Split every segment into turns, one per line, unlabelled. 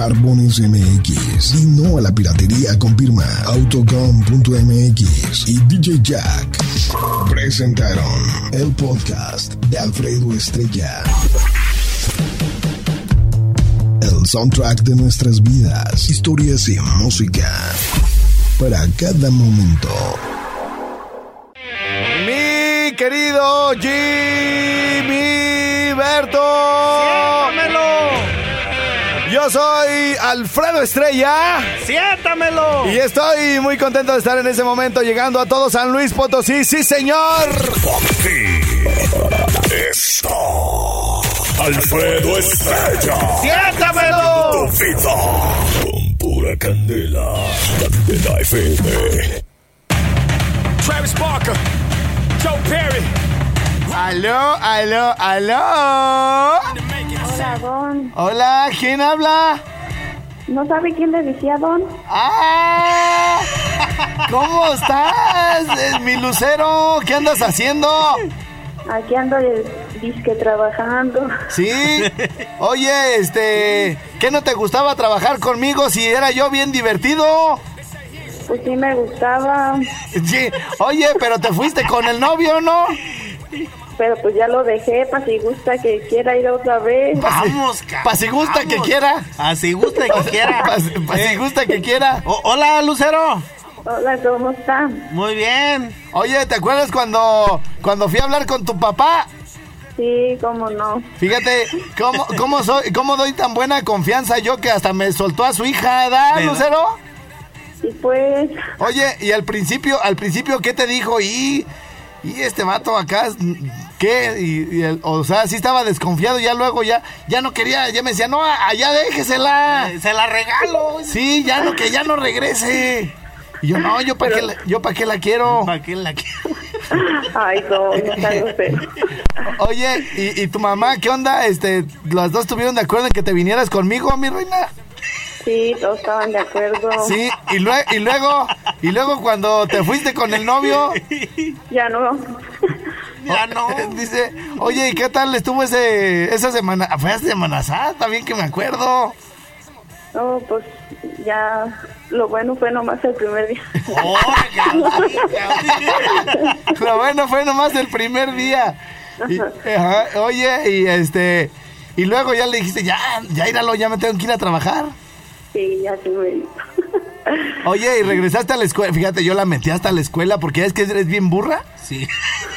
Arbones MX. Y no a la piratería con firma Autocom.mx y DJ Jack presentaron el podcast de Alfredo Estrella. El soundtrack de nuestras vidas, historias y música para cada momento.
Mi querido Jimmy Berto. Yo soy Alfredo Estrella.
¡Siéntamelo!
Y estoy muy contento de estar en ese momento llegando a todo San Luis Potosí. Sí, señor.
Esto. Alfredo Estrella.
¡Siéntamelo!
Tu vida. Con pura candela. Candela FM.
Travis Barker, Joe Perry.
Aló, aló, aló.
Hola, Don.
Hola, ¿quién habla?
¿No sabe quién le decía Don?
¡Ah! ¿Cómo estás? Es mi lucero. ¿Qué andas haciendo?
Aquí ando el disque trabajando.
Sí. Oye, este. ¿Qué no te gustaba trabajar conmigo si era yo bien divertido?
Pues sí me gustaba,
Sí. Oye, pero te fuiste con el novio, ¿no?
pero pues ya lo dejé para si gusta que quiera ir otra vez.
Vamos, cabrón.
Pa' si gusta que quiera.
Así gusta que quiera.
Pa- pa- si gusta que quiera.
O- hola, Lucero.
Hola, ¿cómo está?
Muy bien.
Oye, ¿te acuerdas cuando, cuando fui a hablar con tu papá?
Sí, cómo no.
Fíjate cómo, cómo soy, cómo doy tan buena confianza yo que hasta me soltó a su hija, ¿verdad,
¿Verdad?
Lucero?
Y pues,
Oye, y al principio, al principio, ¿qué te dijo? Y, y este vato acá, ¿qué? Y, y el- o sea, sí estaba desconfiado, ya luego ya, ya no quería, ya me decía, no, allá déjesela.
Se la regalo.
Sí, ya no, que ya no regrese. Y yo, no, yo para qué, la- yo pa' qué la quiero.
¿Para qué la quiero?
ay, Don, no está grosero.
Oye, ¿y, y tu mamá qué onda? Este, las dos estuvieron de acuerdo en que te vinieras conmigo, mi reina.
Sí, todos estaban de acuerdo.
Sí, y, lue- y luego, y luego cuando te fuiste con el novio,
Ya no.
Ya no.
dice, oye, ¿y qué tal estuvo ese, esa semana? Ah, Fue hace Semana Santa, bien que me acuerdo.
No, pues ya lo bueno fue nomás el primer día.
Pero bueno, fue nomás el primer día. Y- ajá, oye, y este, y luego ya le dijiste, ya, ya íralo, ya me tengo que ir a trabajar.
Sí, ya sí me dijo.
Oye, y regresaste a la escuela, fíjate, yo la metí hasta la escuela porque es que eres bien burra.
Sí.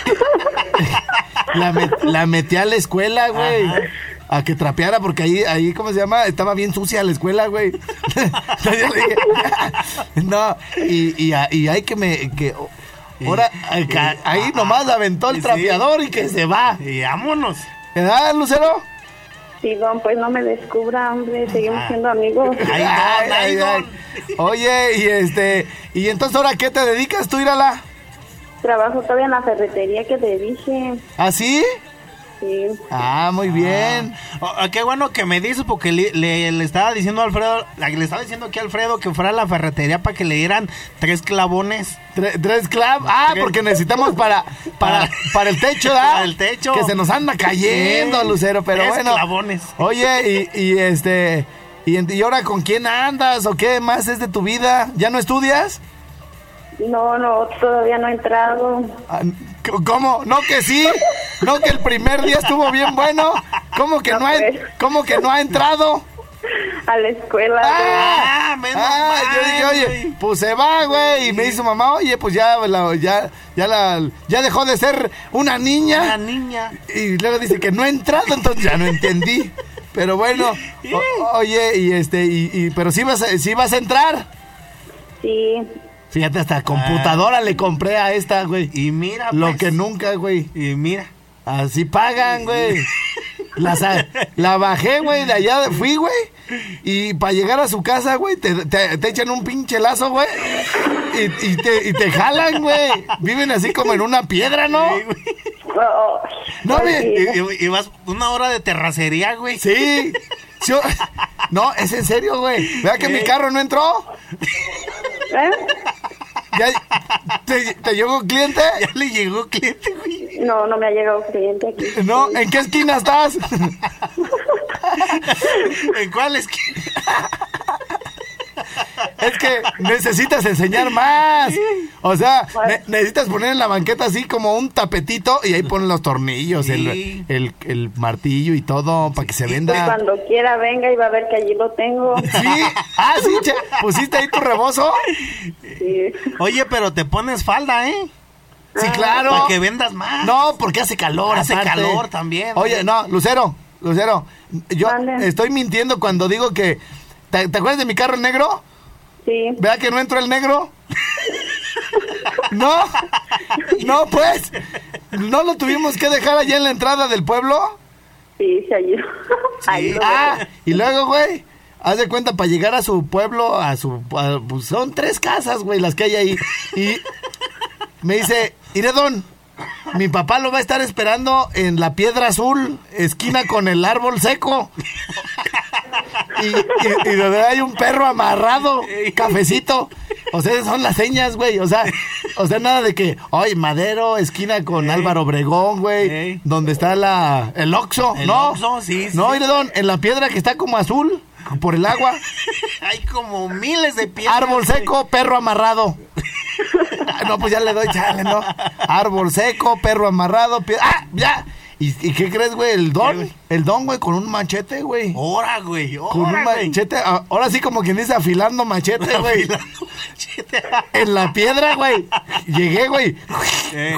La, met- la metí a la escuela, güey. A que trapeara, porque ahí, ahí, ¿cómo se llama? Estaba bien sucia la escuela, güey. Entonces yo le dije, no, y, y, a- y hay que me... Que, ahora, ay, ca- ahí nomás aventó el
Ah, Sí.
trapeador y que se va.
Y vámonos.
¿Verdad, Lucero?
Sí, Don, pues no me descubra, hombre, seguimos siendo amigos.
Ay, don, ay, don.
Oye, y este... Y entonces, ¿ahora qué te dedicas tú, Irala?
Trabajo todavía en la ferretería que te dije.
¿Así?
Sí,
Ah, muy bien.
Ah, qué bueno que me dices porque le, le- le estaba diciendo a Alfredo, le estaba diciendo aquí a Alfredo que fuera a la ferretería para que le dieran tres clavones.
Tre- tres clav. Ah,
Tres. Ah.
porque necesitamos para, para, para el techo, ¿verdad?
Para el techo.
Ah, Que se nos anda cayendo,
Sí.
Lucero, pero
Tres
bueno.
clavones.
Oye, y, y este. Y, en- y ahora con quién andas o qué más es de tu vida? ¿Ya no estudias?
no, no, todavía no he entrado.
Ah, c- ¿Cómo? ¿No que sí? ¿No que el primer día estuvo bien bueno? ¿Cómo que no,
No,
ha,
pues.
¿cómo que no ha entrado?
A la escuela.
Ah, menos
Ah, yo dije,
mal,
oye,
güey.
pues se va, güey. Y me dice mamá, oye, pues ya, la- ya, ya, la, ya dejó de ser una niña.
La niña.
Y luego dice que no he entrado, entonces ya no entendí. Pero bueno, o- oye, y este, y, y- pero sí vas, a, sí vas a entrar.
Ah.
Sí,
Fíjate, hasta computadora le compré a esta, güey.
Y mira,
Lo
pues.
que nunca, güey.
Y mira.
Así pagan, güey. La, sa- la bajé, güey, de allá de- fui, güey. Y para llegar a su casa, güey, te, te- te echan un pinche lazo, güey. Y, y te, y te jalan, güey. Viven así como en una piedra, ¿no?
Oh,
No,
ay,
ve-
sí.
Y, y- y vas una hora de terracería, güey.
Sí. Sí, o- No, es en serio, güey. Vea que mi carro no entró.
¿Eh?
Ya te, te llegó un cliente.
Ya le llegó cliente, güey.
No, no me ha llegado cliente aquí.
No, ¿en qué esquina estás?
¿En cuál esquina?
Es que necesitas enseñar más. O sea, ne- necesitas poner en la banqueta así como un tapetito y ahí ponen los tornillos,
Sí.
el, el- el martillo y todo para que se venda.
Cuando quiera venga y va a ver que allí lo tengo.
Sí, ah, sí, cha- pusiste ahí tu rebozo.
Sí.
Oye, pero te pones falda, ¿eh?
Sí,
Ah.
claro.
Para que vendas más.
No, porque hace calor.
Hace
aparte.
calor también.
Oye, no, Lucero, Lucero, yo
Mande.
estoy mintiendo cuando digo que. ¿Te, te acuerdas de mi carro negro?
Sí.
¿Vea que no entró el negro? No, no, pues. ¿No lo tuvimos que dejar allá en la entrada del pueblo?
Sí, sí, allí. Ahí lo
Ah, y luego, güey, haz de cuenta, para llegar a su pueblo, a su. a- pues son tres casas, güey, las que hay ahí. Y me dice, Iredón, mi papá lo va a estar esperando en la piedra azul, esquina con el árbol seco. Y, y, y donde hay un perro amarrado, cafecito. O sea, son las señas, güey. O sea, o sea, nada de que, ay, Madero, esquina con Álvaro Obregón, güey.
Ey.
Donde está la, el Oxxo.
El
no,
Oxxo, sí, sí.
No, Iredón, en la piedra que está como azul, por el agua.
Hay como miles de piedras.
Árbol
güey.
seco, perro amarrado. Ah, no, pues ya le doy chale, ¿no? Árbol seco, perro amarrado, pie- ¡Ah! ¡Ya! ¿Y, y qué crees, güey? El
¿Qué,
don,
güey?
el don, güey, con un machete, güey.
Ahora, güey. Ahora,
Con un
güey.
machete, a- ahora sí como quien dice afilando machete, güey.
Afilando machete.
En la piedra, güey. Llegué, güey.
Eh,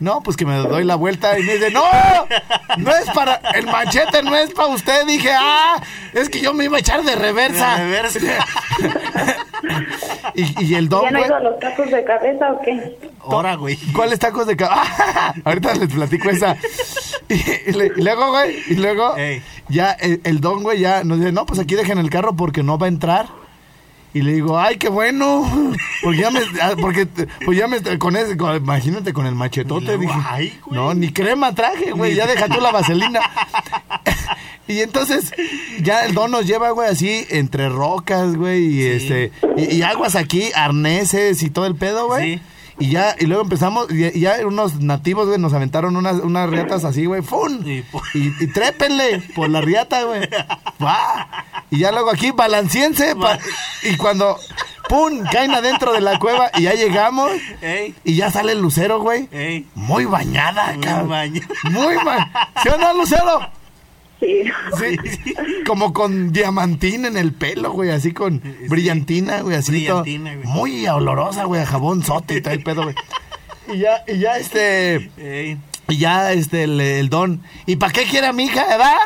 No, pues que me doy la vuelta y me dice, no, no es para, el machete no es para usted. Dije, ah, es que yo me iba a echar de reversa.
de reversa.
Y, y el
tengo.
don,
¿Ya no ha
güey,
ido a los tacos de cabeza o qué?
Ahora, güey.
¿Cuáles tacos de cabeza? ahorita les platico esa. Y, le- y luego, güey, y luego
Ey.
ya el, el don, güey, ya nos dice, no, pues aquí dejen el carro porque no va a entrar. Y le digo, ay, qué bueno, porque ya me, ah, porque, pues ya me, con ese, con- imagínate con el
Y
machetote,
luego,
dije,
ay, güey.
no, ni crema traje, güey, ya deja tú la vaselina. Y entonces ya el don nos lleva, güey, así entre rocas, güey, y este y, y aguas aquí, arneses y todo el pedo, güey.
Sí.
Y ya y luego empezamos y y ya unos nativos, güey, nos aventaron unas unas riatas así, güey, ¡fun!
Sí, pues.
Y,
po-
y trépenle por la riata, güey. ¡Va! Y ya luego aquí balanciense pa- y cuando pum, caen adentro de la cueva y ya llegamos
Ey.
y ya sale el lucero, güey.
Ey.
Muy bañada,
Muy
cabrón.
bañada.
Muy bañada. ¿Sí o no, Lucero?
Sí.
Sí, como con diamantín en el pelo, güey, así con brillantina, güey, así todo.
Brillantina, güey.
Muy olorosa, güey, a jabón sote y todo el pedo, güey. Y ya, y ya este,
Ey.
y ya este, el, el don. ¿Y para qué quiere a mi hija, verdad?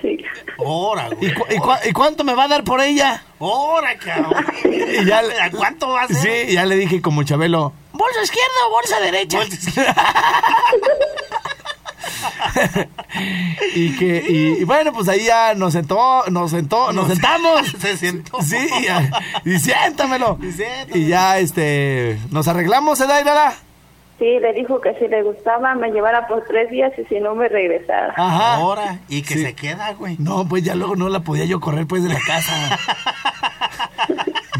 Sí.
Ahora,
¿Y,
güey.
cu- y cua- y cuánto me va a dar por ella?
Ahora, cabrón.
Y ya le-
¿A cuánto va a ser?
Sí, y ya le dije como Chabelo, bolsa izquierda o bolsa derecha. y que, y, y bueno, pues ahí ya nos sentó, nos sentó, nos sentamos.
Se sentó.
Sí, y, ya- y siéntamelo.
Y siéntamelo.
Y ya, este, nos arreglamos, ¿eh, Dairala?
Sí, le dijo que si le gustaba me llevara por tres días y si no me regresara.
Ajá.
Ahora. Y que
Sí.
se queda, güey.
No, pues ya luego no la podía yo correr, pues, de la casa.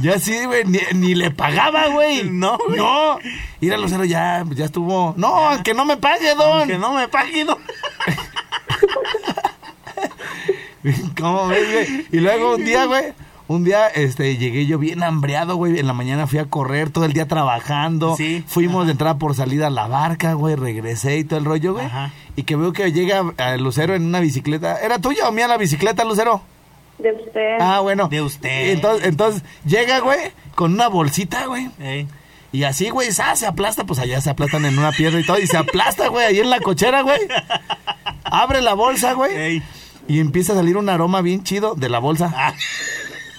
ya sí, güey, ni, ni le pagaba, güey.
No, güey.
No. Ir a Lucero ya, ya estuvo. No, aunque no me pague, don.
Que no me pague, no.
¿Cómo ves, güey? Y luego un día, güey, un día este, llegué yo bien hambreado, güey. En la mañana fui a correr, todo el día trabajando.
Sí.
Fuimos de entrada por salida a la barca, güey. Regresé y todo el rollo, güey.
Ajá.
Y que veo que llega eh, Lucero en una bicicleta. ¿Era tuya o mía la bicicleta, Lucero?
De usted.
Ah, bueno.
De usted.
Entonces, entonces llega, güey, con una bolsita, güey.
Ey.
Y así, güey, ¡za! se aplasta, pues allá se aplastan en una piedra y todo, y se aplasta, güey, ahí en la cochera, güey. Abre la bolsa, güey.
Ey.
Y empieza a salir un aroma bien chido de la bolsa.
Ah,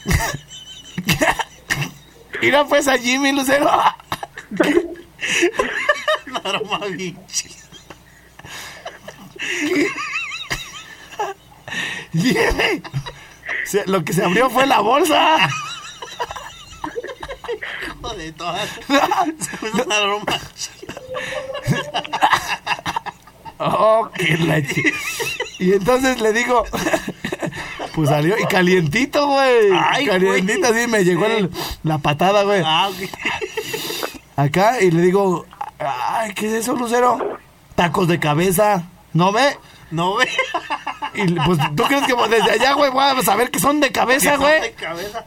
Mira pues a Jimmy Lucero.
un aroma bien chido.
Jimmy. Se- lo que se abrió fue la bolsa.
de todas. Se puso un aroma chido.
Oh, qué la chi- Y entonces le digo, pues salió y calientito, güey.
Ay,
calientito,
güey.
así me llegó el- la patada, güey.
Ah, ok.
Acá y le digo, ay, ¿qué es eso, Lucero? Tacos de cabeza. ¿No ve?
No ve.
Y pues, ¿tú crees que desde allá, güey, voy a saber que son de cabeza, güey?
De cabeza.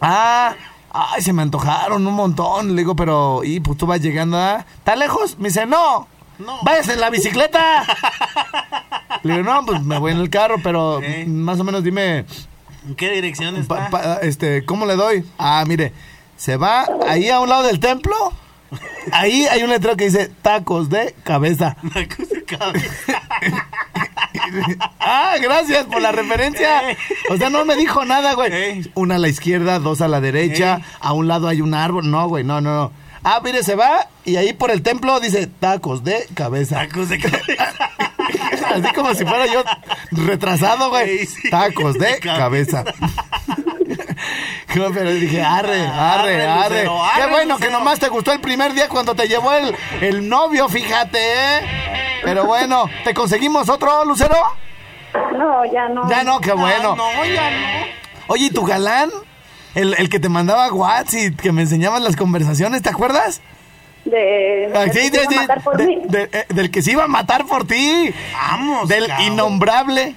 Ah, ay, se me antojaron un montón. Le digo, pero, y pues tú vas llegando a. ¿Está lejos? Me dice, no.
No.
Váyase en la bicicleta. Le digo, no, pues me voy en el carro, pero
Sí.
más o menos dime,
¿En qué dirección
pa-
está?
pa- este, ¿cómo le doy? Ah, mire, se va ahí a un lado del templo. Ahí hay un letrero que dice tacos de cabeza.
Una cosa de cabeza.
Ah, gracias por la referencia.
Ey.
O sea, no me dijo nada, güey.
Ey.
Una a la izquierda, dos a la derecha,
Ey.
a un lado hay un árbol. No, güey, no, no, no. Ah, mire, se va y ahí por el templo dice tacos de cabeza.
Tacos de cabeza.
Así como si fuera yo retrasado, güey.
Ey, sí.
Tacos de
De
cabeza.
cabeza.
No, pero dije, arre, arre,
Arre,
arre.
Lucero,
Qué
arre,
bueno que
Lucero.
nomás te gustó el primer día cuando te llevó el, el novio, fíjate, ¿eh? Pero bueno, ¿te conseguimos otro, Lucero?
No, ya no.
Ya no, qué bueno.
Ah, no, ya no.
Oye, ¿y tu galán? El, el que te mandaba WhatsApp y que me enseñabas las conversaciones, ¿te acuerdas?
De.
Ah,
de
sí,
que
de-
iba a matar por
de-
mí.
de- eh, del que se iba a matar por ti.
Vamos.
Del
Pues, cabrón.
innombrable.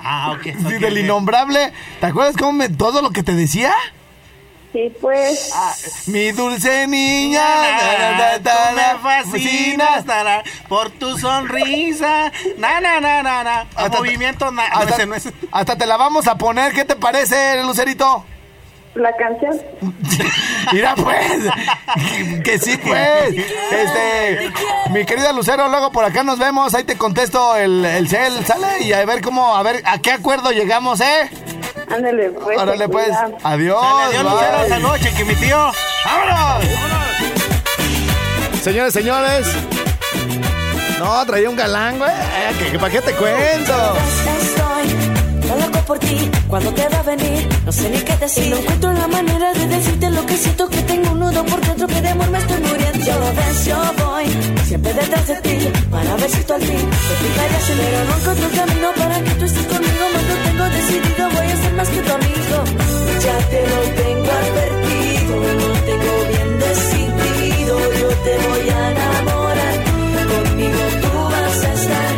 Ah, ok.
Sí,
ok,
del
ok.
innombrable. ¿Te acuerdas cómo me- todo lo que te decía?
Sí, pues.
Mi dulce niña.
Na, na, na,
ta, ta,
Ah, tú
ta,
me fascinas
fascinas.
tará, por tu sonrisa. Na, na, na, na, na. A
Hasta-
movimiento. Na, Ah, no,
Hasta,
ese no es. este.
hasta te la vamos a poner. ¿Qué te parece, Lucerito?
La canción.
Mira pues, que sí pues. Este, mi querida Lucero, luego por acá nos vemos, ahí te contesto el, el cel, sale y a ver cómo, a ver a qué acuerdo llegamos, ¿eh?
Ándale, pues.
Órale
se
pues,
cuida.
adiós.
Dale, adiós, Lucero.
bye.
Hasta luego, cheque, mi tío.
¡Vámonos! Señores, señores. No, traía un galán, güey. Eh, que- que ¿Para qué te cuento?
Estoy tan loco por ti. ¿Cuándo te va a venir? No sé ni qué decir. Y no encuentro la manera de decirte lo que siento. Que tengo un nudo por dentro que de amor me estoy muriendo. Yo lo ves, yo voy. Siempre detrás de ti. Para ver si tú al fin te fijarías en mí. Pero no encuentro camino para que tú estés conmigo. Más lo tengo decidido. Voy a ser más que tu amigo. Ya te lo tengo advertido. Lo tengo bien decidido. Yo te voy a enamorar. Conmigo tú vas a estar.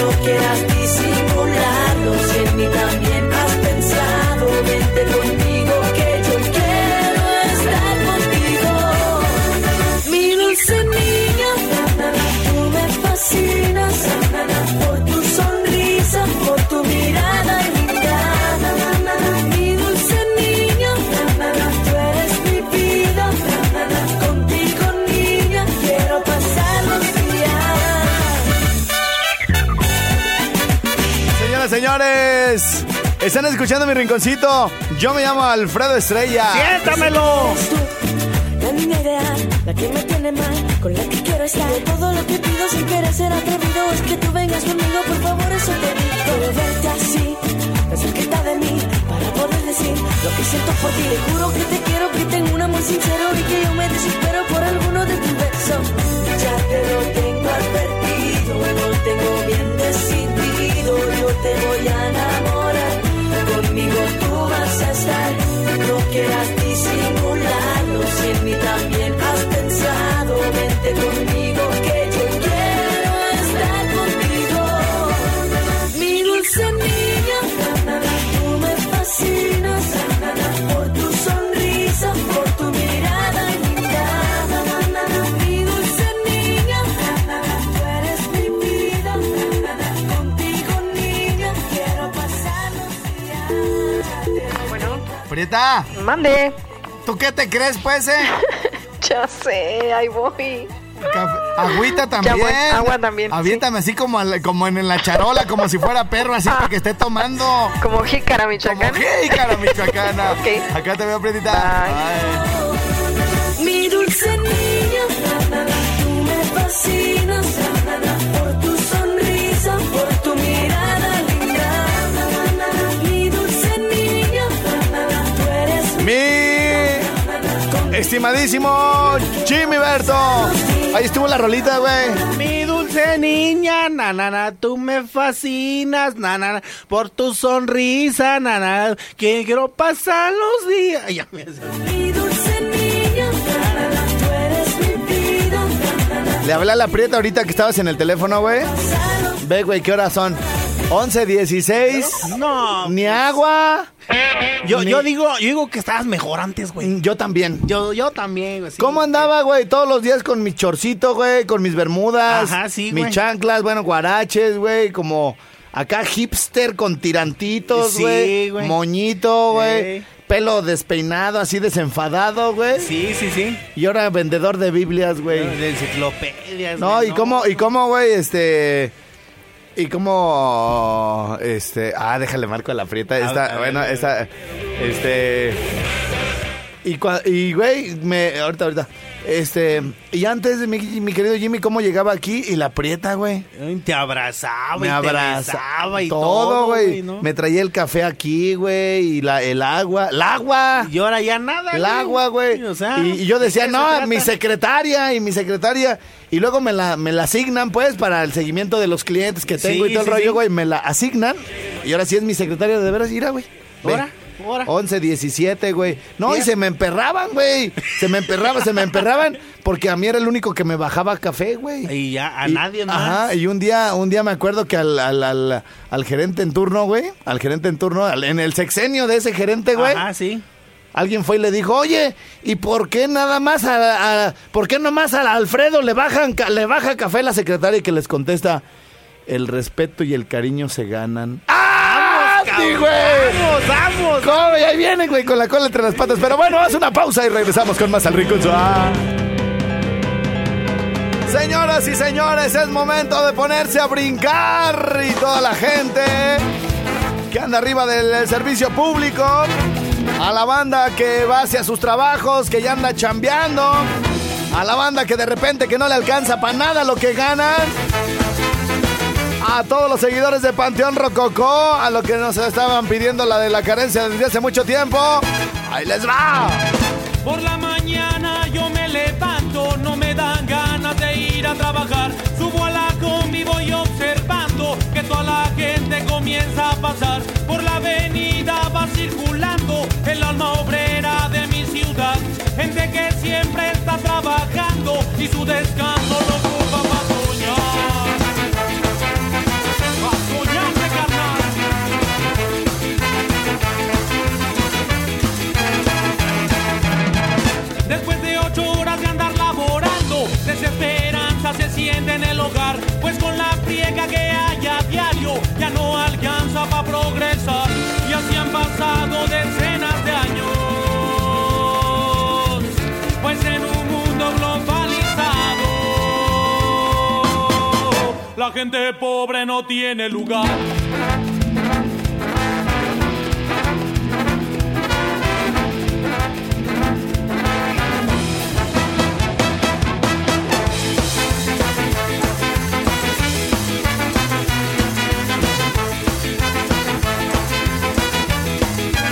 No quieras disimularlo. Si en mí también has pensado, vente conmigo que yo quiero estar contigo. Mi dulce niña, na, na, na, tú me fascinas. na, na, na, por tu sonrisa, por tu mirada indicada. Mi dulce niña, na, na, na, tú eres mi vida. na, na, na, contigo, niña, quiero pasar los días.
Señoras, señores. Están escuchando mi rinconcito. Yo me llamo Alfredo Estrella.
¡Siéntamelo!
Eres tú, la niña ideal, la que me tiene mal, con la que quiero estar. De todo lo que pido sin querer ser atrevido es que tú vengas conmigo, por favor, eso te digo. Quiero verte así, tan cerquita de mí, para poder decir lo que siento por ti. Te juro que te quiero, que tengo un amor sincero y que yo me desespero por alguno de tus besos. Ya te lo tengo advertido, lo tengo bien decidido, yo te voy a enamorar. Conmigo tú vas a estar, no quieras disimularlo. Si en mí también has pensado, vente conmigo que yo quiero estar contigo. Mi dulce niña, na, na, na, tú me fascinas, na, na, na, por tu sonrisa, por tu mirada linda. na, na, na, na. Mi dulce niña, na, na, na, tú eres mi vida, na, na, na, contigo niña, quiero pasar los días.
Prieta,
Mande.
¿tú qué te crees, pues, eh?
Ya sé, ahí voy.
Café- Agüita también.
Ya, bueno, agua también,
Aviéntame así como, al- como en la charola, como si fuera perro,
Ah.
así para que esté tomando.
Como jícara,
Como
Michoacán.
jícara michoacana.
Ok.
Acá te veo, Prietita. Bye.
Bye.
Mi dulce niña, na, na, na, tú me fascinas, na, na, na, por tu sonrisa, por tu mirada linda. na, na, na, na. Mi dulce niña, na, na, na, tú eres mi
Mi
na, na, con
estimadísimo Jimmy Berto. Ahí estuvo la rolita, güey.
Mi dulce niña, na, na, na, tú me fascinas, na, na, na, por tu sonrisa, na, na, que quiero pasar los días. Ay, ya me hace-
mi dulce niña, na, na, na, tú eres mi vida, na, na, na,
Le hablé a la Prieta ahorita que estabas en el teléfono, güey.
salo,
Ve, güey, ¿qué horas son? 11, 16.
No,
Ni agua.
yo,
ni-
yo digo, yo digo que estabas mejor antes, güey.
Yo también.
Yo, yo también, güey. sí.
¿Cómo andaba, güey? Todos los días con mi chorcito, güey, con mis bermudas,
Ajá, sí,
mis
güey.
chanclas, bueno, guaraches, güey, como acá hipster con tirantitos,
Sí,
güey,
güey.
moñito, güey,
Ey.
pelo despeinado, así desenfadado, güey,
Sí, sí, sí.
y ahora vendedor de Biblias, güey.
De enciclopedias.
No,
güey,
y cómo, y cómo, güey, este... Y cómo, este, ah, déjale marco a la prieta, esta,
a ver,
bueno,
a ver.
esta, este, y, cua- y, güey, me, ahorita, ahorita, este, y antes, de mi, mi querido Jimmy, cómo llegaba aquí y la prieta, güey,
Ay, Te abrazaba
me
y
abraza,
te besaba y
todo, güey,
¿no?
me traía el café aquí, güey, y la, el agua, el agua,
Y ahora ya nada.
el agua, güey.
O sea,
y, y yo
¿de
decía,
qué
no,
se trata?
mi secretaria y mi secretaria. Y luego me la, me la asignan, pues, para el seguimiento de los clientes que tengo y
Sí,
todo el
sí,
rollo,
sí.
güey. Me la asignan. Y ahora sí es mi secretaria de veras. Mira, güey. Ve.
Ahora, ahora.
11, 17, güey. No, y se me emperraban, güey. Se me emperraban, se me emperraban. Porque a mí era el único que me bajaba café, güey.
Y ya, a
Y-
nadie más.
Ajá, y un día, un día me acuerdo que al, al, al, al gerente en turno, güey, al gerente en turno, al- en el sexenio de ese gerente, güey,
Ajá, sí.
Alguien fue y le dijo, oye, ¿y por qué nada más a, a- por qué nomás a Alfredo le bajan ca- le baja café la secretaria y que les contesta el respeto y el cariño se ganan? ¡Ah! ¡Sí,
cabrón!
güey!
¡Vamos, vamos!
¿Cómo? Y ahí vienen, güey, con la cola entre las patas. Pero bueno, haz una pausa y regresamos con más al Ricunzo. Ah. Señoras y señores, es momento de ponerse a brincar y toda la gente que anda arriba del servicio público, a la banda que va hacia sus trabajos, que ya anda chambeando, a la banda que de repente que no le alcanza para nada lo que ganan. A todos los seguidores de Panteón Rococó, a los que nos estaban pidiendo la de la carencia desde hace mucho tiempo, ahí les va.
Por la mañana yo me levanto, no me dan ganas de ir a trabajar. Subo a la combi, voy observando que toda la gente comienza a pasar. Por la avenida va circulando el alma obrera de mi ciudad. Gente que siempre está trabajando y su descanso lo ocupa para soñar. Pa' soñarse, carnal. Después de ocho horas de andar laborando, desesperanza se siente en el hogar, pues con la friega que hay a diario ya no alcanza para progresar. Y así han pasado decenas de años, pues en un mundo globalizado, la gente pobre no tiene lugar. y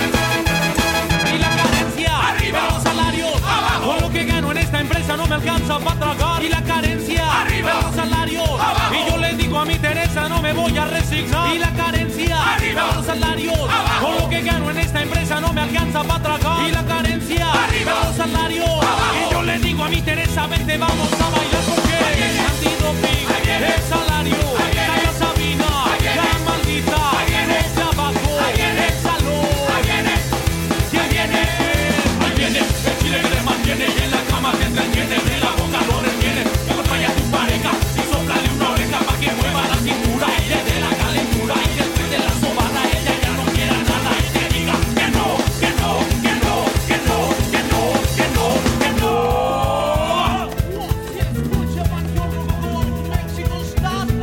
la carencia. Arriba los salarios, abajo. Con lo que gano en esta empresa no me alcanza para tragar. Y la carencia. Arriba los salarios, abajo. Y yo le digo a mi Teresa no me voy a resignar. Y la carencia. Arriba los salarios, abajo. Con lo que gano en esta empresa no me alcanza para tragar. Y la carencia. Arriba los salarios, abajo. Y yo le digo a mi Teresa vente vamos a bailar porque antidoping, el salario, la Sabina, la maldita, el trabajo, el salón. Ya viene, ahí viene, el chile que te mantiene y en la cama te entretiene, de la boca lo retiene, acompaña a tu pareja y soplale una oreja para que mueva la cintura y le dé la calentura y después de la sobada ella ya no quiera nada y te diga que no, que no, que no, que no, que no, que no, que no.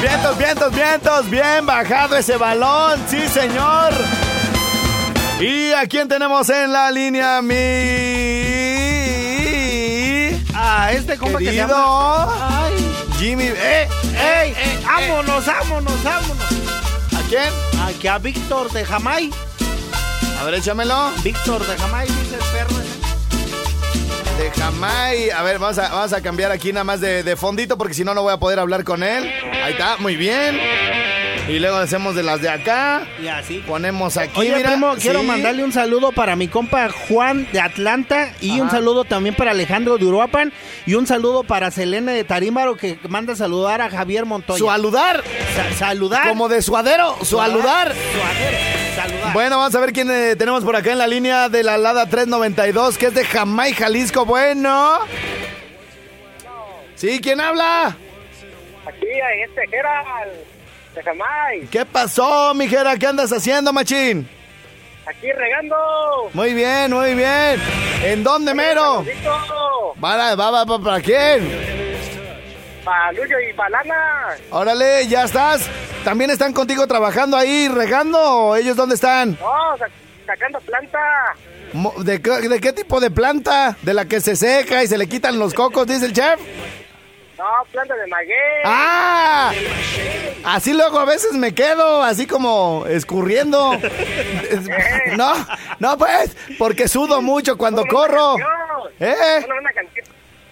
Vientos, vientos, vientos. Bien bajado ese balón. Sí, señor. ¿Y a quién tenemos en la línea, mi.
A este compa que se
querido
llama- Ay.
Jimmy. ¡Eh!
¡Ey! ¡Vámonos, vámonos, vámonos!
¿A quién?
Aquí a Víctor de Jamay.
A ver, échamelo.
Víctor de Jamay, dice el perro. ese.
De Jamai. A ver, vamos a, vamos a cambiar aquí nada más de, de fondito porque si no, no voy a poder hablar con él. Ahí está, muy bien. Y luego hacemos de las de acá.
Y así.
Ponemos aquí,
Oye,
mira.
primo, quiero
sí.
mandarle un saludo para mi compa Juan de Atlanta y un saludo también para Alejandro de Uruapan y un saludo para Selene de Tarímaro que manda saludar a Javier Montoya.
¡Saludar!
Sa- saludar.
Como de suadero,
Ah.
saludar.
Suadero, saludar.
Bueno, vamos a ver quién eh, tenemos por acá en la línea de la Lada 392, que es de Jamai, Jalisco. Bueno. Sí, ¿quién habla?
Aquí hay este Gerald de Jamay.
¿Qué pasó, mijera? ¿Qué andas haciendo, machín?
Aquí regando.
Muy bien, muy bien. ¿En dónde, mero?
Saludito
¿Para, va, va, va- ¿Para quién?
Para Luyo y para Lana.
Órale, ya estás. ¿También están contigo trabajando ahí, regando? ¿O ellos dónde están?
No, sac- sacando planta.
Mo- ¿De, qué- de qué tipo de planta? ¿De la que se seca y se le quitan los cocos, dice el chef?
No, planta de maguey.
¡Ah! Así luego a veces me quedo, así como escurriendo. Es- No, no pues, porque sudo mucho cuando corro. ¿Eh?
Una, una canción.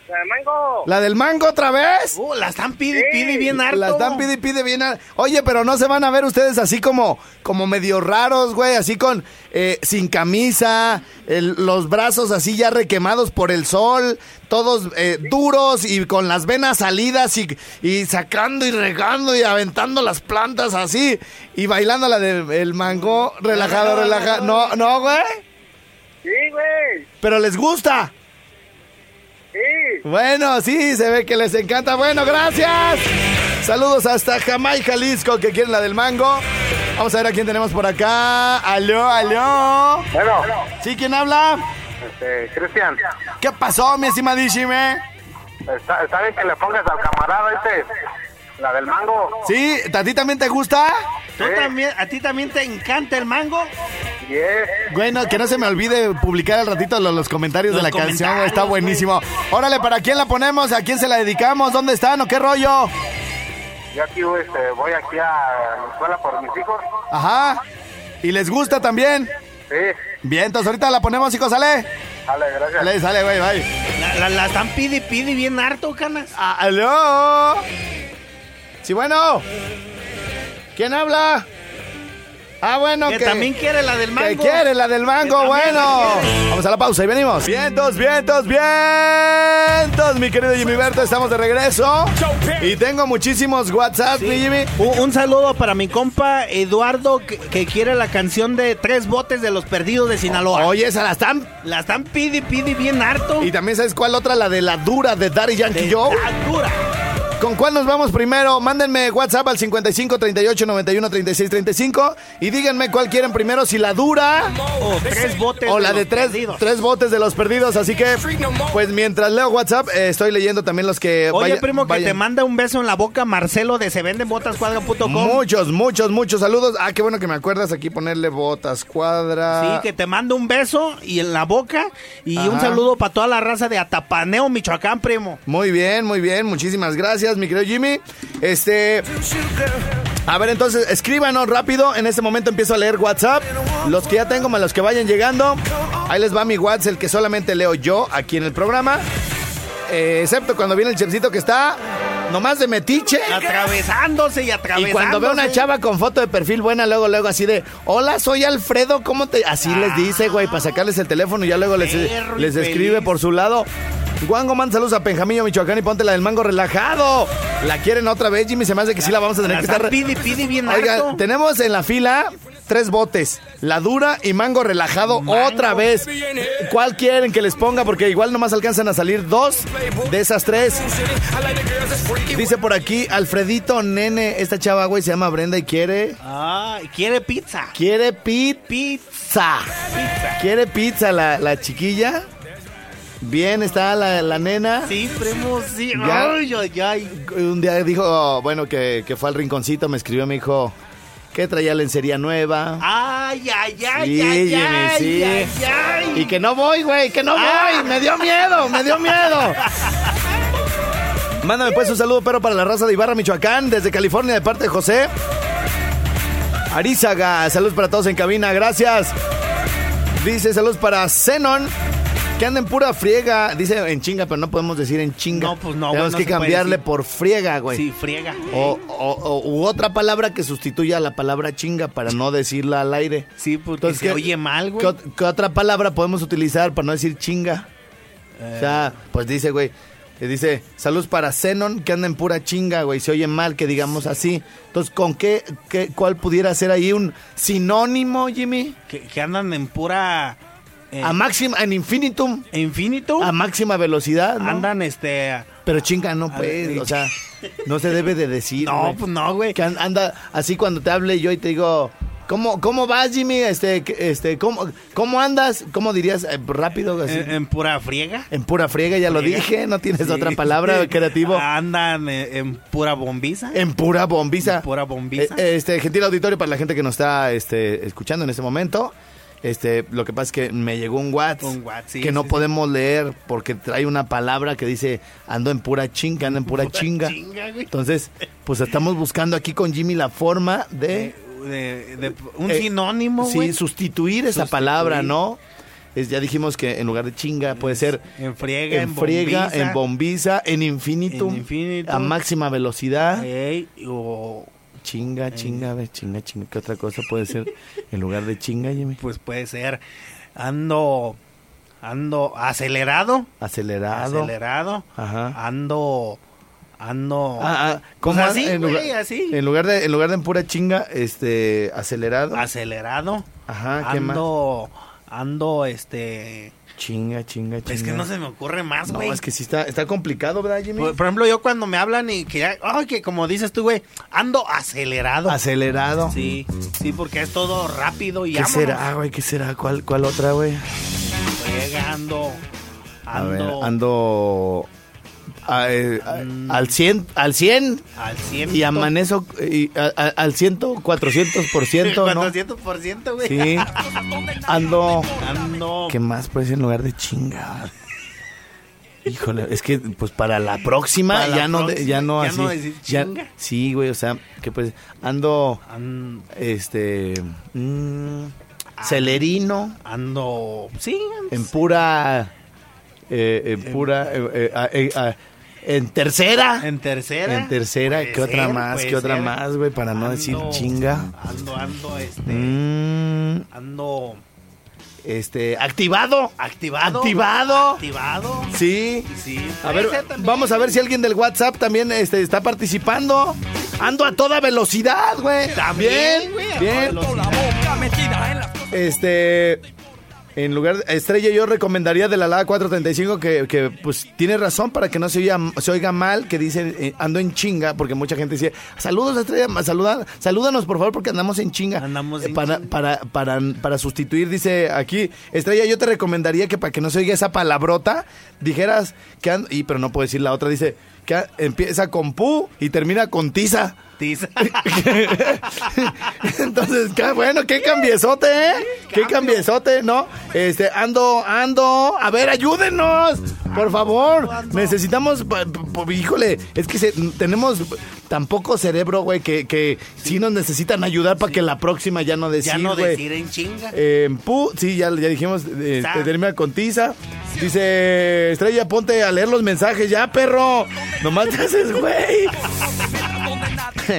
La de mango.
¿La del mango otra vez?
Uh, la están pide, pide bien harto.
La están pide y pide bien harto. Oye, pero no se van a ver ustedes así como, como medio raros, güey, así con eh, sin camisa, el- los brazos así ya requemados por el sol, todos eh, duros y con las venas salidas y, y sacando y regando y aventando las plantas así y bailando la del el mango relajado, relajado. No, no, güey.
Sí, güey.
Pero les gusta.
Sí.
Bueno, sí, se ve que les encanta. Bueno, gracias. Saludos hasta Jamay, Jalisco, que quieren la del mango. Vamos a ver a quién tenemos por acá. Aló, aló.
Bueno.
¿Sí quién habla?
Este, Cristian.
¿Qué pasó, mi estimadísime?
Está, está bien que le pongas al camarada este. La del mango.
¿Sí? ¿A ti también te gusta?
¿Tú también, ¿A ti también te encanta el mango?
Yes.
Bueno, que no se me olvide publicar al ratito lo- los, comentarios
Los
de la canción, güey, Está
comentarios, güey.
buenísimo. Órale, ¿para quién la ponemos? ¿A quién se la dedicamos? ¿Dónde están o qué rollo?
Yo aquí este, voy aquí a la escuela por mis hijos.
Ajá. ¿Y les gusta también?
Sí.
Bien, entonces ahorita la ponemos, chicos, sale.
Dale, gracias.
Sale, sale, güey, bye.
La, la- la están pide, y pide bien harto, canas.
Ah, ¡Aló! Sí, bueno. ¿Quién habla? Ah, bueno,
que también quiere la del
que
mango.
quiere la del mango,
Que también
bueno.
la
Vamos a la pausa y venimos. Vientos, vientos, vientos, mi querido Jimmy Berto, estamos de regreso. Y tengo muchísimos WhatsApp, mi Jimmy.
Un, un saludo para mi compa Eduardo que, que quiere la canción de Tres Botes de los Perdidos de Sinaloa.
Oye, esa la están.
La están pide, y pide bien harto.
Y también sabes cuál otra, la de la dura de Daddy Yankee
De
Joe.
la dura.
¿Con cuál nos vamos primero? Mándenme WhatsApp al 55 38 91 36 35 y díganme cuál quieren primero, si la dura
O tres botes.
o la de
los
tres,
perdidos.
tres botes de los perdidos. Así que, pues mientras leo WhatsApp, eh, estoy leyendo también los que.
Oye,
vaya-
primo, que
vayan.
te manda un beso en la boca Marcelo de se venden botas
Muchos, muchos, muchos saludos. Ah, qué bueno que me acuerdas aquí ponerle botas,
Sí,
cuadra.
que te manda un beso y en la boca. Y un
Ajá.
saludo para toda la raza de Atapaneo, Michoacán, primo.
Muy bien, muy bien. Muchísimas gracias, mi querido Jimmy. Este. A ver, entonces, escríbanos rápido. En este momento empiezo a leer WhatsApp. Los que ya tengo, más los que vayan llegando. Ahí les va mi WhatsApp, el que solamente leo yo aquí en el programa. Eh, excepto cuando viene el chefcito que está nomás de metiche.
Atravesándose y atravesándose.
Y cuando veo una chava con foto de perfil buena, luego, luego así de, hola, soy Alfredo, ¿cómo te...? Así les dice, güey, para sacarles el teléfono y ya luego les,
Perro
les
infeliz.
escribe por su lado. Guango, manda saludos a Penjamillo, Michoacán y ponte la del mango relajado. La quieren otra vez, Jimmy, se me hace que sí la vamos a tener
La
que estar...
están pide, y pide bien
Oigan,
harto.
tenemos en la fila tres botes, la dura y mango relajado otra vez. ¿Cuál quieren que les ponga? Porque igual nomás alcanzan a salir dos de esas tres. Dice por aquí Alfredito Nene, esta chava güey se llama Brenda y quiere
Ay, quiere pizza.
quiere pizza.
Pizza.
Quiere pizza la, la chiquilla. Bien, está la, la nena.
Sí, primo, sí.
Ya.
Ay, ay, ay.
Un día dijo, oh, bueno, que, que fue al rinconcito, me escribió, me dijo que traía lencería nueva.
Ah. Ay, ay, ay,
Sí,
ay,
Jimmy,
ay,
sí.
ay, ay.
Y que no voy, güey, que no
Ah.
voy. Me dio miedo, me dio miedo. Mándame pues un saludo, pero para la raza de Ibarra, Michoacán, desde California, de parte de José. Arizaga, saludos para todos en cabina, gracias. Dice saludos para Zenon, que anda en pura friega. Dice en chinga, pero no podemos decir en chinga.
No, pues no, güey,
Tenemos
no
que
se puede
cambiarle
decir.
por friega, güey.
Sí, friega.
O, o- o- u otra palabra que sustituya a la palabra chinga para no decirla al aire.
Sí, porque se oye mal, güey.
¿qué, ot- qué otra palabra podemos utilizar para no decir chinga? O sea, pues dice, güey, eh, dice, saludos para Zenon, que anda en pura chinga, güey, se oye mal que digamos así. Entonces, ¿con qué, qué- cuál pudiera ser ahí un sinónimo, Jimmy?
Que, que andan en pura. eh,
A máxima, en infinitum,
Infinitum.
a máxima velocidad, Ah, ¿no?
Andan este.
Pero chinga, no, pues,
ver,
o sea, no se debe de decir,
No,
güey.
pues no, güey.
Que an- anda así cuando te hable yo y te digo, ¿cómo, cómo vas, Jimmy? Este, que- este, ¿cómo, cómo andas? ¿Cómo dirías eh, rápido? así?
En, en pura friega.
En pura friega, ya lo
Friega.
dije, no tienes
Sí. Ah.
otra palabra creativo.
Andan en, en pura bombiza.
En pura bombiza.
En pura bombiza.
Eh, este, gentil auditorio, para la gente que nos está este, escuchando en este momento, este, lo que pasa es que me llegó un WhatsApp
Un WhatsApp, sí,
que no
sí,
podemos leer porque trae una palabra que dice ando en pura chinga, ando en pura, chinga.
chinga, güey.
Entonces, pues estamos buscando aquí con Jimmy la forma de...
De- de- un
eh,
sinónimo,
Sí,
güey.
sustituir esa
Sustituir.
palabra, ¿no? Es- ya dijimos que en lugar de chinga puede ser
en friega, en
friega,
bombiza.
en bombiza, en infinitum,
En infinitum.
a máxima velocidad.
Ey, o
Chinga, chinga, a ver, chinga, chinga. ¿Qué otra cosa puede ser en lugar de chinga, Jimmy?
pues puede ser ando ando acelerado,
Acelerado.
acelerado,
Ajá.
ando ando
Ah, ah,
Pues
¿cómo?
así,
En
güey,
lugar-
así.
En lugar de en lugar de en pura chinga, este, acelerado.
acelerado,
Ajá, Ah, ¿qué
ando ando este,
Chinga, chinga, chinga.
es que no se me ocurre más,
No,
güey.
es que sí está está complicado, ¿verdad, Jimmy?
por, por ejemplo, yo cuando me hablan y que ya- ay, que como dices tú, güey, ando
pues,
acelerado.
Acelerado.
sí, sí, porque es todo rápido y
¿Qué
vámonos.
será, Ah, güey? ¿Qué será? ¿Cuál cuál otra, güey?
Friega, ando
A ver,
ando
ando a- eh, a- al 100 al 100
al 100
y amanezco y a- a- al 100 400%, ¿no?
400%, güey.
Sí. Ando
Ando
¿Qué más puede ser en lugar de chinga? Híjole, es que pues para la próxima
Para la
ya no de-
próxima,
ya no
ya
así.
no decir
ya-
chinga.
sí, güey, o sea, que pues ando
An-
este mm, celerino
ando. Sí, ando-
en pura eh, en pura eh, eh, ah, eh, ah, en tercera.
en tercera.
En tercera,
Puede
¿qué otra
ser,
más?
puede
¿Qué otra
ser.
más, güey? Para no decir
Ando-
chinga.
Ando, ando, este.
Mm,
Ando
este, activado.
activado.
Activado.
Activado.
Sí.
Sí.
A ver,
Ese también.
vamos a ver si alguien del WhatsApp también este, está participando. Ando a toda velocidad, güey. También,
También, güey, a toda
bien. Este, en lugar de estrella, yo recomendaría de la LADA 435 que, que, pues tiene razón para que no se oiga, se oiga mal, que dicen eh, ando en chinga, porque mucha gente dice, saludos estrella, ma- saluda, salúdanos por favor porque andamos en chinga. Eh,
Andamos en
para,
chinga.
Para, para, para sustituir, dice aquí, estrella, yo te recomendaría que para que no se oiga esa palabrota, dijeras que ando, y pero no puedo decir la otra, dice, que a- empieza con pu y termina con tiza.
Tiza.
Entonces, qué bueno, qué cambiezote, ¿eh? Qué cambiezote, ¿no? Este, ando, ando. A ver, ayúdenos, por favor. Necesitamos, pa- pa- pa- híjole, es que se- tenemos tan poco cerebro, güey, que, que sí nos necesitan ayudar para que la próxima ya no decir,
ya no
güey.
decir en chinga.
Eh, pu, sí, ya, ya dijimos, eh,
Sa.
este, termina con tiza. Dice, Estrella, ponte a leer los mensajes ya, perro. Nomás te haces, güey.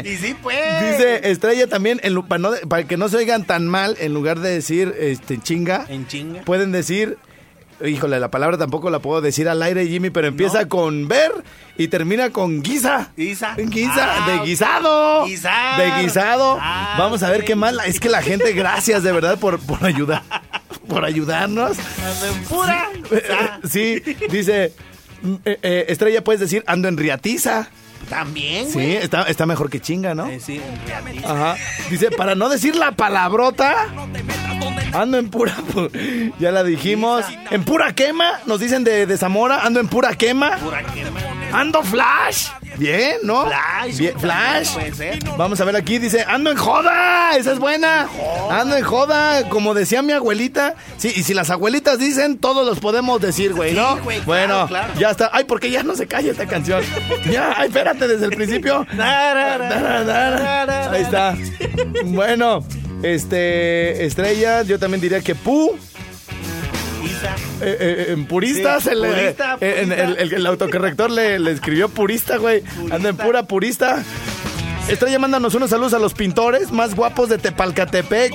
y sí, pues.
Dice Estrella también, en lu- para, no- para que no se oigan tan mal, en lugar de decir este, chinga,
En chinga.
pueden decir, híjole, la palabra tampoco la puedo decir al aire, Jimmy, pero empieza
No.
con ver y termina con guisa.
Guisa.
Guisa,
Ah,
de
ok.
guisado.
Guisar.
De guisado.
Ah,
Vamos a ver
ok.
qué mal. Es que la gente, gracias de verdad por, por ayudar. Por ayudarnos.
Ando en pura. Sa.
Sí, dice. mm, eh, eh, Estrella, puedes decir, ando en riatiza.
También,
Sí,
güey.
está, está mejor que chinga, ¿no?
Eh, sí, en realidad.
Ajá. Dice, para no decir la palabrota, Ando en pura. Ya la dijimos. En pura quema. Nos dicen de, de Zamora. Ando en pura quema. Ando flash. Bien, ¿no? Flash. flash. Vamos a ver aquí. Dice, ando en joda. Esa es buena. Ando en joda. Como decía mi abuelita. Sí, y si las abuelitas dicen, todos los podemos decir, güey, ¿no?
Sí, güey, claro,
bueno,
claro.
ya está. Ay, porque ya no se calla esta canción. ya, ay, espérate desde el principio. Ahí está. Bueno, este, estrellas, yo también diría que pu. Eh, eh, en puristas,
Sí,
el, eh,
purista,
en-
purista.
el- el- el autocorrector le, le escribió purista, güey. Anda en pura purista. Estrella, mándanos unos saludos a los pintores más guapos de Tepalcatepec.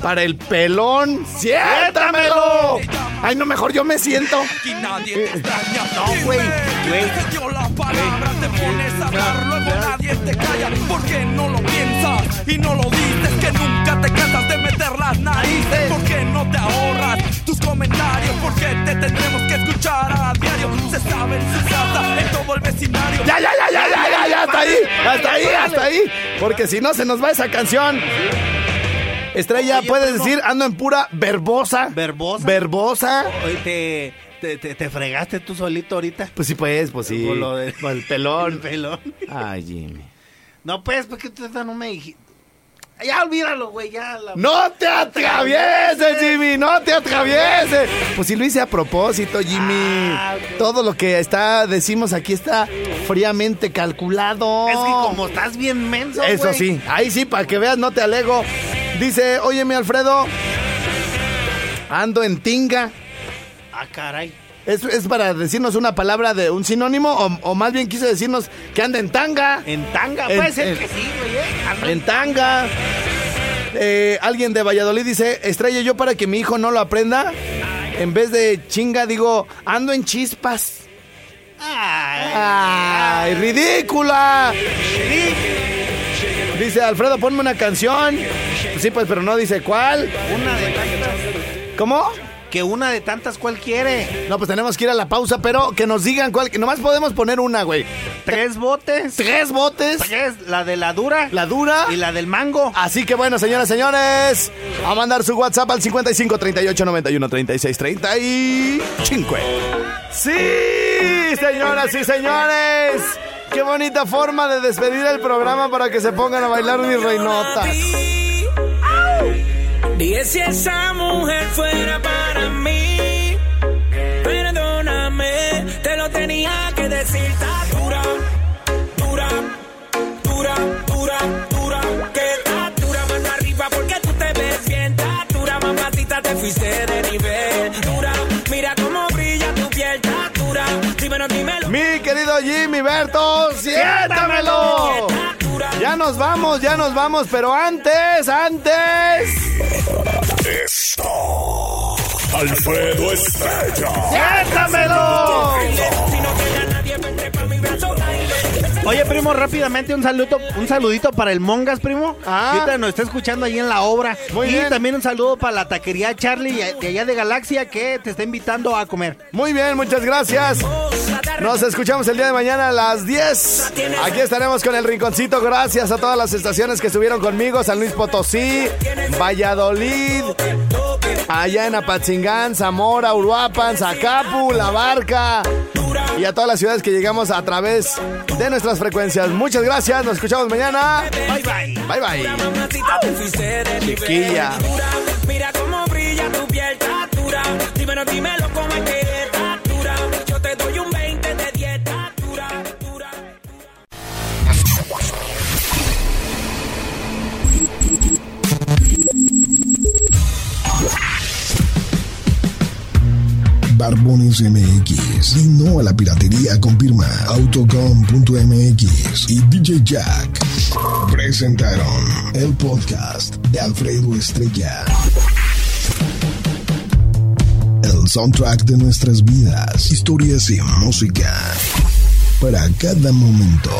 Para el pelón, siéntamelo. Ay, no, mejor yo me siento.
Nadie te extraña, Eh, no, güey. Eh, Te dio la palabra, te pones a hablar, luego nadie te calla. Porque no lo piensas y no lo dices, que nunca te cansas de meter las narices. Porque no te ahorras tus comentarios, porque te tendremos que escuchar a diario. Se sabe en su casa, en todo el vecindario.
Ya, ya, ya, ya, ya, ya, ya, hasta ahí, hasta ahí, hasta ahí. Porque si no, se nos va esa canción. Estrella, puedes
pues,
decir, ando en pura verbosa. Verbosa. Verbosa.
Oye, te, te, te- te fregaste tú solito ahorita.
Pues sí, pues, pues sí.
Con lo de-
Con el pelón.
El pelón.
Ay, Jimmy.
No, pues, porque tú no me dijiste. Ya olvídalo, güey, ya. La...
¡No te atravieses, Jimmy! ¡No te atravieses! Pues sí lo hice a propósito, Jimmy.
Ah,
Todo lo que está, decimos aquí está fríamente calculado.
Es que como estás bien menso,
Eso
güey.
sí, ahí sí, para que veas, no te alego. Dice, oye, mi Alfredo, ando en tinga.
Ah, caray.
¿Es, es para decirnos una palabra de un sinónimo o, o más bien quiso decirnos que anda en tanga?
En tanga,
En-
puede ser
en-
que sí, güey, eh. Ando
En tanga. Eh, alguien de Valladolid dice, estrella yo para que mi hijo no lo aprenda. En vez de chinga digo, ando en chispas. ¡Ay, ridícula! Dice, Alfredo, ponme una canción. Pues sí, pues, pero no dice cuál.
Una de tantas.
¿Cómo?
Que una de tantas, ¿cuál quiere?
No, pues tenemos que ir a la pausa, pero que nos digan cuál. Que nomás podemos poner una, güey.
Tres botes.
Tres botes.
Tres, Pues, la de la dura.
La dura.
Y la del mango.
Así que bueno, señoras, señores, a mandar su WhatsApp al 55 38 91 36 35. Sí, señoras y señores. Qué bonita forma de despedir el programa para que se pongan a bailar mis reinotas.
Dije si esa mujer fuera para mí, perdóname, te lo tenía que decir. Está dura, dura, dura, dura, dura, que está dura, mano arriba porque tú te ves bien. Está dura, mamacita, te fuiste de nivel. Dura, mira cómo brilla tu piel. Está dura, dímelo, dímelo.
Mi querido Jimmy Berto, siéntamelo. Ya nos vamos, ya nos vamos, pero antes, antes.
Está Alfredo Estrella.
¡Siéntamelo!
Oye, primo, rápidamente un saludo, un saludito para el Mongas, primo.
Ah.
Que ahorita nos está escuchando ahí en la obra.
Muy
y
bien.
también un saludo para la taquería Charlie de allá de Galaxia que te está invitando a comer.
Muy bien, muchas gracias. Nos escuchamos el día de mañana a las 10. Aquí estaremos con el rinconcito. Gracias a todas las estaciones que estuvieron conmigo. San Luis Potosí, Valladolid, allá en Apatzingán, Zamora, Uruapan, Zacapu, La Barca. Y a todas las ciudades que llegamos a través de nuestras frecuencias. Muchas gracias. Nos escuchamos mañana.
Bye bye.
Bye bye.
Mamacita, te fuiste de nivel.
Chiquilla.
Dura, Mira cómo brilla tu piel, está dura. Dímelo, dímelo, cómo es que está dura. Yo te doy un 20 de 10, está dura, dura.
Barbones MX. Y no a la piratería con firma autocom.mx y DJ Jack presentaron el podcast de Alfredo Estrella. El soundtrack de nuestras vidas, historias y música para cada momento.